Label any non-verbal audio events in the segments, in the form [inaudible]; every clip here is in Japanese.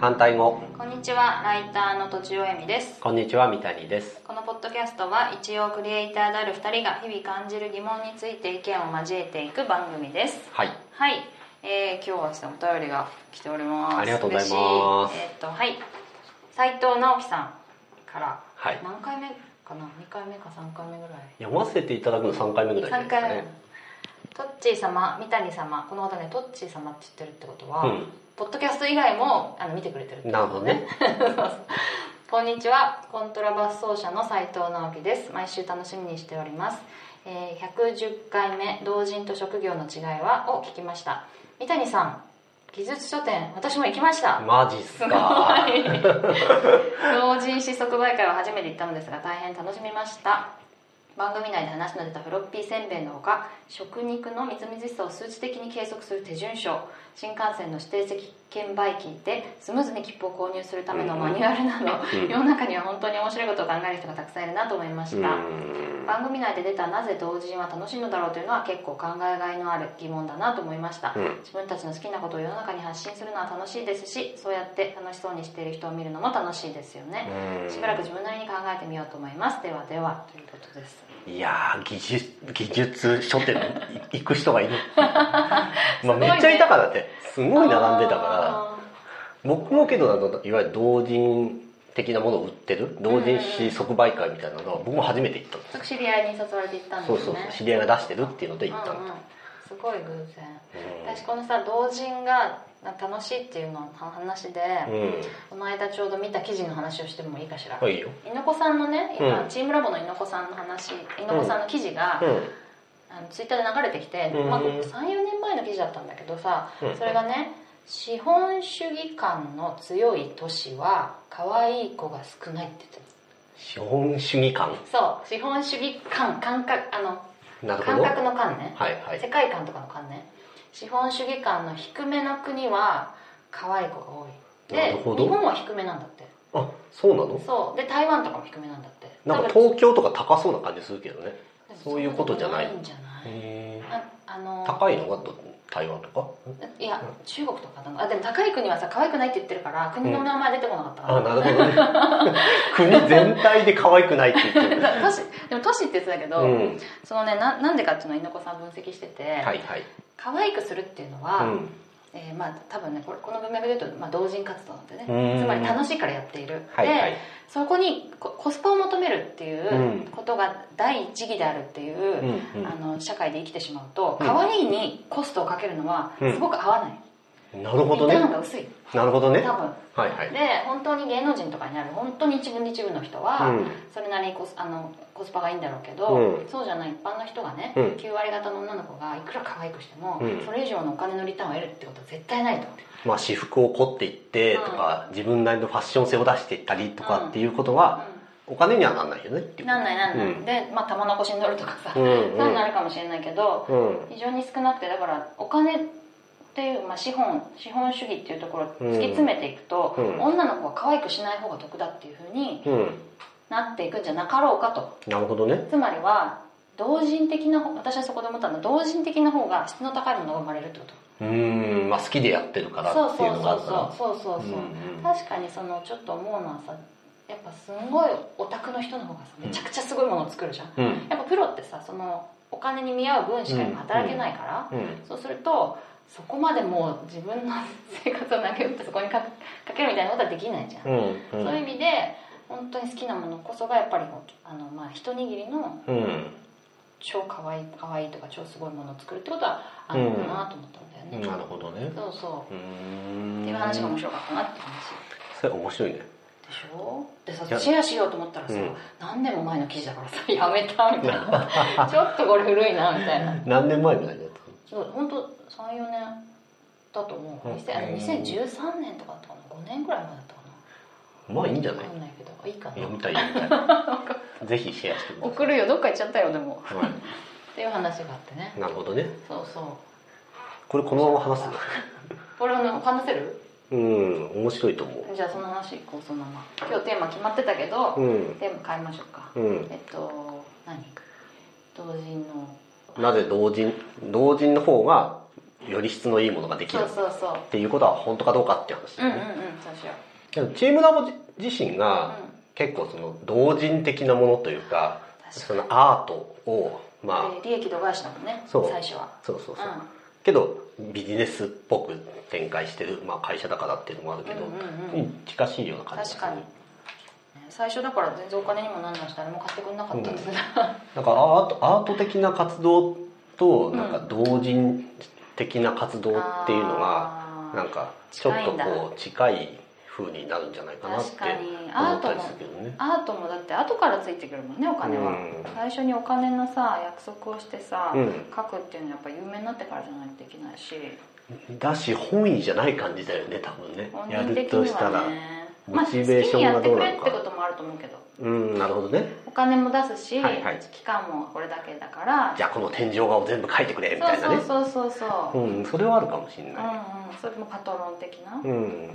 反対語こんにちはライターのとちおえみですこんにちは三谷ですこのポッドキャストは一応クリエイターである2人が日々感じる疑問について意見を交えていく番組ですはいはい、えー今日はですねお便りが来ておりますありがとうございます嬉しいえーっとはい斉藤直樹さんからはい何回目かな2回目か3回目ぐらい読ませていただくの3回目ぐらいじゃない3です回か目、ねトッチー様三谷様この方ねトッチー様って言ってるってことは、うポッドキャスト以外もあの見てくれてるってんこなるほどね [laughs] こんにちはコントラバス奏者の斉藤直樹です毎週楽しみにしております、えー110回目「同人と職業の違いは」を聞きました三谷さん技術書店私も行きましたマジっすすごいか同人誌即売会は初めて行ったのですが大変楽しみました番組内で話の出たフロッピーせんべいのほか食肉のみずみずしさを数値的に計測する手順書新幹線の指定席券売機でスムーズに切符を購入するためのマニュアルなど、うん世の中には本当に面白いことを考える人がたくさんいるなと思いまうした、ん番組内で出たなぜ同人は楽しいのだろうというのは結構考えがいのある疑問だなと思いました、うん自分たちの好きなことを世の中に発信するのは楽しいですしそうやって楽しそうにしている人を見るのも楽しいですよね、しばらく自分なりに考えてみようと思いますではではということですいやー技術技術書店い行く人 [laughs] がいる、すごまあ、いめねっちゃいたからってすごい並んでたからあ僕もけどあのいわゆる同人的なものを売ってる同人誌即売会みたいなのは僕も初めて行ったんでー私知り合いに誘われて行ったんすですそねうそうそう知り合いが出してるっていうので行ったうんのうんすごい偶然、うん私このさ同人が楽しいっていうのの話で、うんこの間ちょうど見た記事の話をしてもいいかしら、はいいいよ猪子さんのね今、うんチームラボの猪子さんの話猪子さんの記事が、うあのツイッターで流れてきて、うんまあ、34年前の記事だったんだけどさ、うんそれがね「資本主義感の強い都市は可愛い子が少ない」って言ってた資本主義感そう資本主義感感覚あのなるほ感ど覚の感ね、はいはい世界観とかの観ね資本主義観の低めの国は可愛い子が多いなでる日ほど本は低めなんだってあそうなのそうで台湾とかも低めなんだってなんだから東京とか高そうな感じするけどねそういうことじゃないそんなことんじゃないへーああの高いのがど台湾とかいや中国とかだなあでも高い国はさ可愛くないって言ってるから国の名前出てこなかったかあら、なるほどね [laughs] 国全体で可愛くないって言ってるだ都市でも都市って言ってたけど、うん [laughs] そのねななんでかっていうのを猪子さん分析してて、はいはい可愛くするっていうのは、えーまあ、多分ねこれこの文脈で言うと、まあ、同人活動なんでねうんつまり楽しいからやっている、はいではいそこにココスパを求めるっていううんことが第一義であるっていううんうう、あんの社会で生きてしまうとうん可愛いにコストをかけるのはうんすごく合わない、なるほどリターねンが薄いなるほどね多分はいはいで本当に芸能人とかになる本当に一部一部の人は、それなりにコスあのコスパがいいんだろうけど、うんそうじゃない一般の人がね、うん9割方の女の子がいくら可愛くしても、うんそれ以上のお金のリターンを得るってことは絶対ないとまあ私服を凝っていってとか自分なりのファッション性を出していったりとかっていうことはお金にはなんないよねっていうなんないなんない、うんで、まあ、玉のこしに乗るとかさ、うそんうういんうのあるかもしれないけどうん非常に少なくてだからお金っていう、まあ、資本資本主義っていうところを突き詰めていくと、うん女の子は可愛くしない方が得だっていうふうにうんなっていくんじゃなかろうかとなるほどねつまりは同人的な方私はそこで思ったのは同人的な方が質の高いものが生まれるってことうんまあ好きでやってるからそうっていそううのがあるからそうそうそうそう、うんうん確かにそのちょっと思うのはさやっぱすんごいオタクの人の方がさめちゃくちゃすごいものを作るじゃん、うんやっぱプロってさそのお金に見合う分しか今働けないから、うんそうするとそこまでもう自分の生活を投げ打ってそこにかかけるみたいなことはできないじゃん、うんそういう意味で本当に好きなものこそがやっぱりあの、まあ、一握りのうん超かわいいかわいいとか超すごいものを作るってことはあるのかなと思ったんだよね、なるほどねそうそううっんていう話が面白かったなって話それ面白いねでしょでいやさシェアしようと思ったらさ、うん何年も前の記事だからさやめたみたい [laughs] なちょっとこれ古いなみたいな何年前ぐらいだったのそう本当三34年だと思ううん2000あの2013年とかだったかな5年ぐらい前だったかまあいいんじゃなない分かんないけどいいかな読みたい読みた [laughs] いぜひシェアしてくださ送るよどっか行っちゃったよでもい、はっていう話があってねい、なるほどねそうそうこれこのまま話すこれをね話せるうん面白いと思じゃあその話いこうそのまま今日テーマ決まってたけど、ううんテーマ変えましょうか、うんえっと何同人のなぜ同人同人の方がより質のいいものができそるうそうそうっていうことは本当かどうかって話うんだうんようね、んそうしよけどチームラボ自身う、が結構その同人的なものというか確そのアートをまあうん、で利益度外視だもんねそう最初はそうそうそう、うんけどビジネスっぽく展開してる、まあ、会社だからっていうのもあるけど、うんうんうんうん近しいような感じ確かにね最初だから全然お金にもなんないし誰も買ってくれなかったんですが、なんかアートアート的な活動とうんなんか同人的な活動っていうのがあーなんかちょっと近いんこう近い風になるんじゃないかなって確かに思アーったトりもするけどね。アートもだって後からついてくるもんねお金は、うん最初にお金のさ約束をしてさ、うん書くっていうのはやっぱ有名になってからじゃないとできないしだし本意じゃない感じだよね多分ね本や人る的とにしたらは、ねモチベーションがどうまあ、好きにやってくれなのかってこともあると思うけどうんなるほどねお金も出すし、はいはい期間もこれだけだからじゃあこの天井画を全部描いてくれみたいなねうそうそうそうそうそう、んそれはあるかもしれうん、ない、うんそれもパトロン的な、うんうんうんうん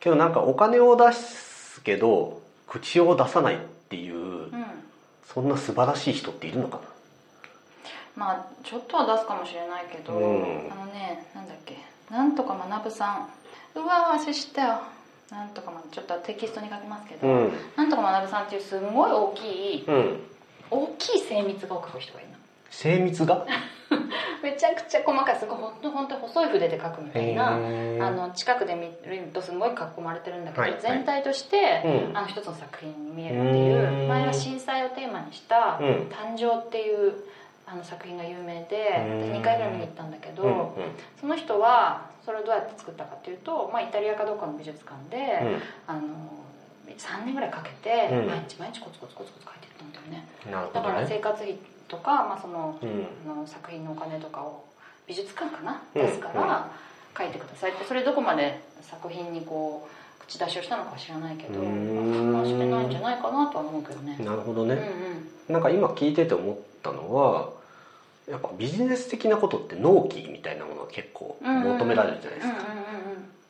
けどなんかお金を出すけど口を出さないっていう、うんそんな素晴らしい人っているのかなまあちょっとは出すかもしれないけど、うんあのねなんだっけなんとか学さんうわ忘れしたよなんとかまちょっとテキストに書きますけど、うんなんとか学さんっていうすんごい大きいうん大きい精密画を描く人がいるの精密がめちゃくちゃ細かいすごいほんとほんと細い筆で描くみたいなあの近くで見るとすごい囲まれてるんだけど、はいはい全体として、うんあの一つの作品に見えるっていううん前は震災をテーマにした「うん誕生」っていうあの作品が有名でうん2回ぐらい見に行ったんだけど、うんうんその人はそれをどうやって作ったかっていうと、まあ、イタリアかどっかの美術館で、あの3年ぐらいかけてうん毎日毎日コツコツコツコツ描いてったんだよねうんなるほだどからね生活費とか、まあ、そのうんあの作品のお金とかを美術館かなうん出すから書いてくださいってそれどこまで作品にこう口出しをしたのかは知らないけどうーんまあしてないんじゃないかなとは思うけどねなるほどうね、んうんなんか今聞いてて思ったのはやっぱビジネス的なことって納期みたいなものが結構求められるじゃないですか、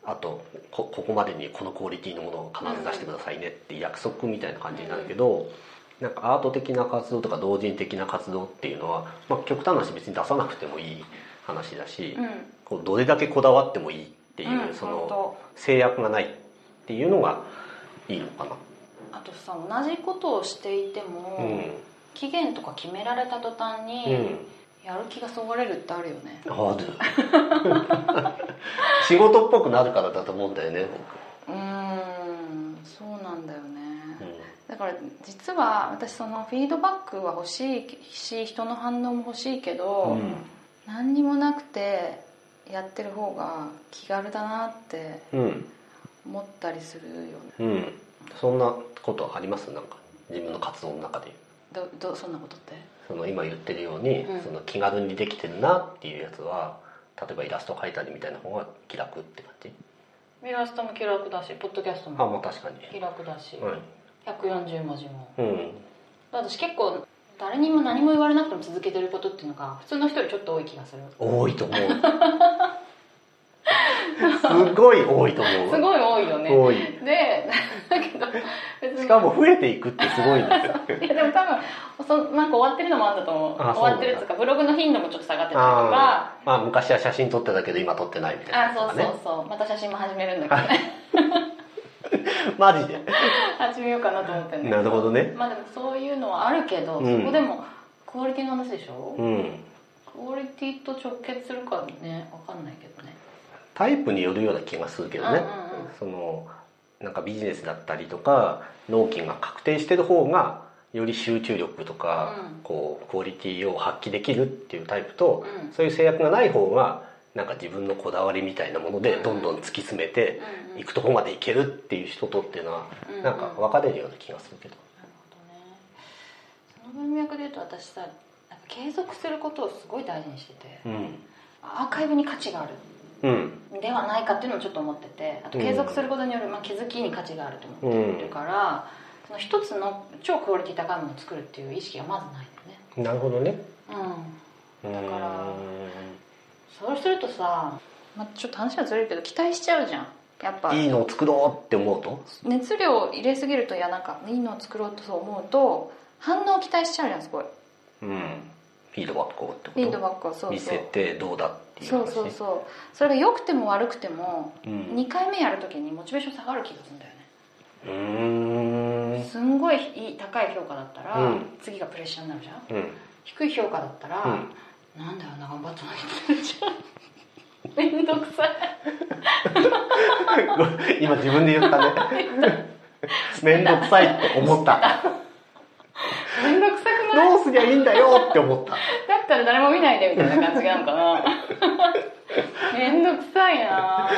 あとこここまでにこのクオリティのものを必ず出してくださいねって約束みたいな感じになるけど、なんかアート的な活動とか同人的な活動っていうのは、まあ、極端な話別に出さなくてもいい話だし、うんうんうんこうどれだけこだわってもいいっていう、うんそ本の当制約がないっていうのがいいのかな。あとさ同じことをしていても、うん期限とか決められた途端うに、んやる気がそがれるってあるよねある [laughs] 仕事っぽくなるからだと思うんだよねうーんそうなんだよね、僕、うんだから実は私そのフィードバックは欲しいし人の反応も欲しいけど、何にもなくてやってる方が気軽だなってうん思ったりするよねうんそんなことありますなんか自分の活動の中でどどそんなことってその今言ってるように、うんその気軽にできてるなっていうやつは例えばイラスト描いたりみたいな方が気楽って感じイラストも気楽だしポッドキャストあまあ確かに気楽だしはい140文字もうん私結構誰にも何も言われなくても続けてることっていうのが普通の人よりちょっと多い気がする多いと思う [laughs] すごい多いとす思うごい多いよね多いで [laughs] だけど別しにかも増えていくってすごいんです [laughs] よいやでも多分そなんか終わってるのもあるんだと思うあそう終わってるっていうかブログの頻度もちょっと下がってたりとかあーまあ昔は写真撮ってたけど今撮ってないみたいあなそうとかねそうそうまた写真も始めるんだけどねマジで [laughs] 始めようかなと思ってねなるほどねまあでもそういうのはあるけど、うんそこでもクオリティの話でしょ、うんクオリティと直結するかね分かんないけどねタイプによるような気がするけどね、そのなんかビジネスだったりとか納期が確定してる方がより集中力とか、うんこうクオリティを発揮できるっていうタイプとう、んうんうんそういう制約がない方がなんか自分のこだわりみたいなものでうんどんどん突き詰めてうんうんいくとこまでいけるっていう人とっていうのはうんうんなんか分かれるような気がするけど。なるほどねその文脈で言うと私さなんか継続することをすごい大事にしててうん、アーカイブに価値があるうんではないかっていうのもちょっと思っててあと継続することによる、まあ、気づきに価値があると思ってるから、その一つの超クオリティ高いものを作るっていう意識がまずないんなるほどね。だよねうんだからそうするとさ、まあ、ちょっと話はずれるけど期待しちゃうじゃんやっぱいいのを作ろうって思うと、熱量を入れすぎるといやなんかいいのを作ろうとそう思うと反応を期待しちゃうじゃんすごいうん、フィードバックをってフィーこドとバックをそう見そせうてどうだっていう話そうそうそうそれが良くても悪くてもうん2回目やるときにモチベーション下がる気がするんだよねうーんすんごいいい高い評価だったら、うん次がプレッシャーになるじゃんうん低い評価だったら、うんなんだよな頑張ったのにってなるじゃん [laughs] めんどくさい今自分で言ったね面倒くさいって思っためんどくさくないどうすりゃいいんだよって思っただったら誰も見ないでみたいな感じなのか [laughs] なめんどくさいな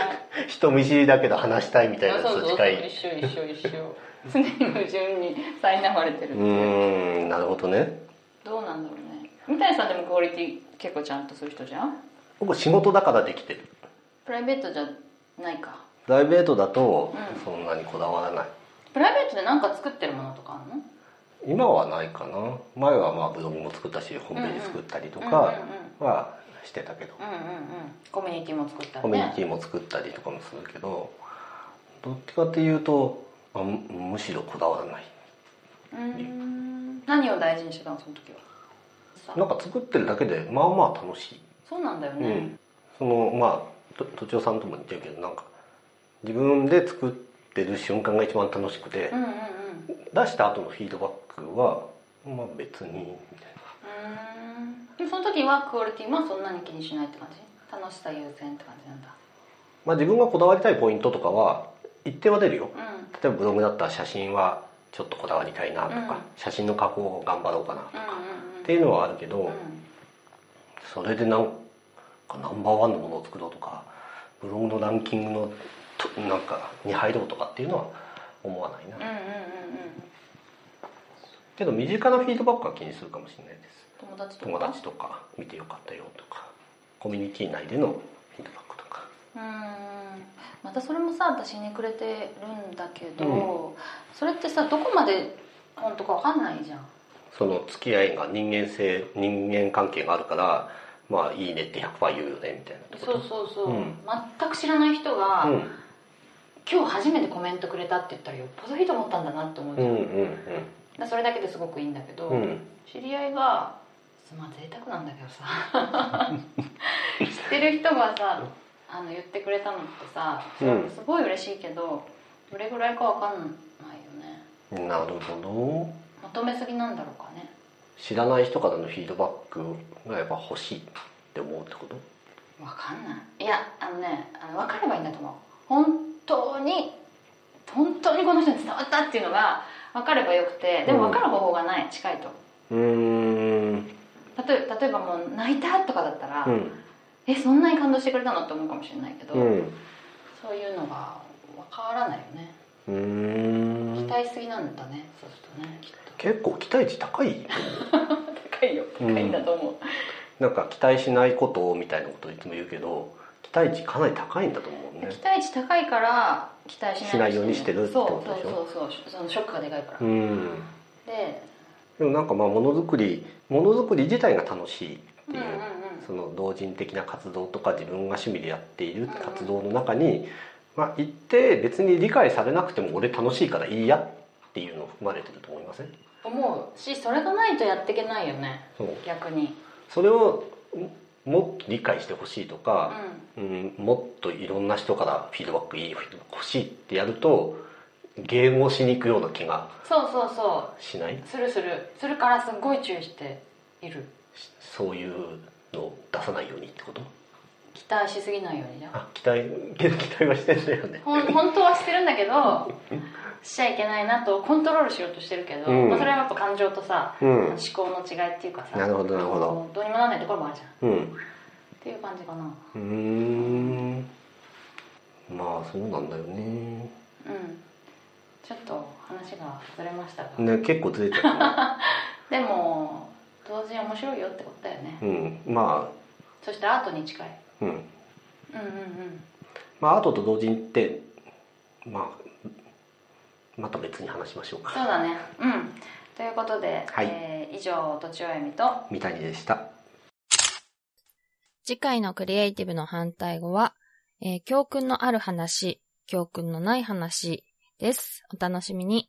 人見知りだけど話したいみたいなやそうつそうとそう近い一緒一緒一緒常に矛盾に苛まれてるってういうーんなるほどねどうなんだろうね三谷さんでもクオリティ結構ちゃんとする人じゃん僕仕事だからできてるプライベートじゃないかプライベートだとうんそんなにこだわらないプライベートで何か作ってるものとかあるの今はないかな前はまあブログも作ったしホームページ作ったりとかはしてたけどうんうんうんうんうんうんコミュニティも作ったコりミュニねティも作ったりとかもするけどどっちかっていうと、まあむむしろこだわらないうーん何を大事にしてたのその時はさなんか作ってるだけでまあまあ楽しいそうなんだようねん、そのまあととちおさんとも似てるけどなんか自分で作ってる瞬間が一番楽しくて、うんうんうん出した後のフィードバックはまあ別にみたいなうーんでその時はクオリティはそんなに気にしないって感じ楽しさ優先って感じなんだまあ自分がこだわりたいポイントとかは一定は出るようん例えばブログだったら写真はちょっとこだわりたいなとか、うん写真の加工を頑張ろうかなうんうんうんっていうのはあるけど、うんそれでなんかナンバーワンのものを作ろうとかブログのランキングのとなんかに入ろうとかっていうのは思わないな、うんうんうんうんけど身近なフィードバックは気にするかもしれないです友達とか友達とか見てよかったよとかコミュニティ内でのフィードバックとかうーんまたそれもさ私にくれてるんだけど、それってさどこまで本当かわかんないじゃんその付き合いが人間性人間関係があるからまあいいねって100%言うよねみたいなってこそとうそうそう、うん全く知らない人が、うん、今日初めてコメントくれたって言ったらよっぽどいいと思ったんだなって思ううじゃん、んだかうんらそれだけですごくいいんだけど、うんうん知り合いが「まあ贅沢なんだけどさ [laughs] 知ってる人がさあの言ってくれたのってさ、うんすごい嬉しいけどどれぐらいかわかんないよねなるほど求めすぎなんだろうかね知らない人からのフィードバックがやっぱ欲しいって思うってことわかんないいやあのねあの分かればいいんだと思う本当に本当にこの人に伝わったっていうのが分かればよくてでもうん分かる方法がない近いとうーん例え例えばもう泣いたとかだったら、うんえそんなに感動してくれたのって思うかもしれないけど、うんそういうのが分からないよねう期ーん待しすぎなんだね、そうするとねきっと結構期待値高い高いよ高いんだと思う、なんか期待しないことをみたいなことをいつも言うけど期待値かなり高いんだと思うね期待値高いから期待しないしないようにしてるってことでしそょうそうそうそうそのショックがでかいから、うんででもなんかまあものづくりものづくり自体が楽しいってういう、んうんうんその同人的な活動とか自分が趣味でやっている活動の中に、まあ、行って別に理解されなくても俺楽しいからいいやっていうのを含まれてると思いません思うしそれがないとやっていけないよねそう逆にそれをんもっと理解してほしいとうんか、うん、もっといろんな人からフィードバックいいフィードバック欲しいってやると迎合しに行くような気がそうそうそしないうするするするからすごい注意しているしそういうのを出さないようにってこと期待しすぎないようにじゃんあ期待期待はしてんだよねほん本当はしてるんだけどしちゃいけないなとコントロールしようとしてるけど、うんまあ、それはやっぱ感情とさ、うん思考の違いっていうかさなるほどなるほどもうどうにもならないところもあるじゃんっうんていう感じかなうーんまあそうなんだよねうんちょっと話がずれましたが、ね結構ずれち [laughs] ゃでも同時に面白いよってことだよね、うねうんまそしてアートに近いあうんうんうんうんまあアートと同人ってまあまた別に話しましょうそかうだねうんということで、はいえー以上とちおえみと三谷でした次回のクリエイティブの反対語は、えー教訓のある話、教訓のない話です。お楽しみに。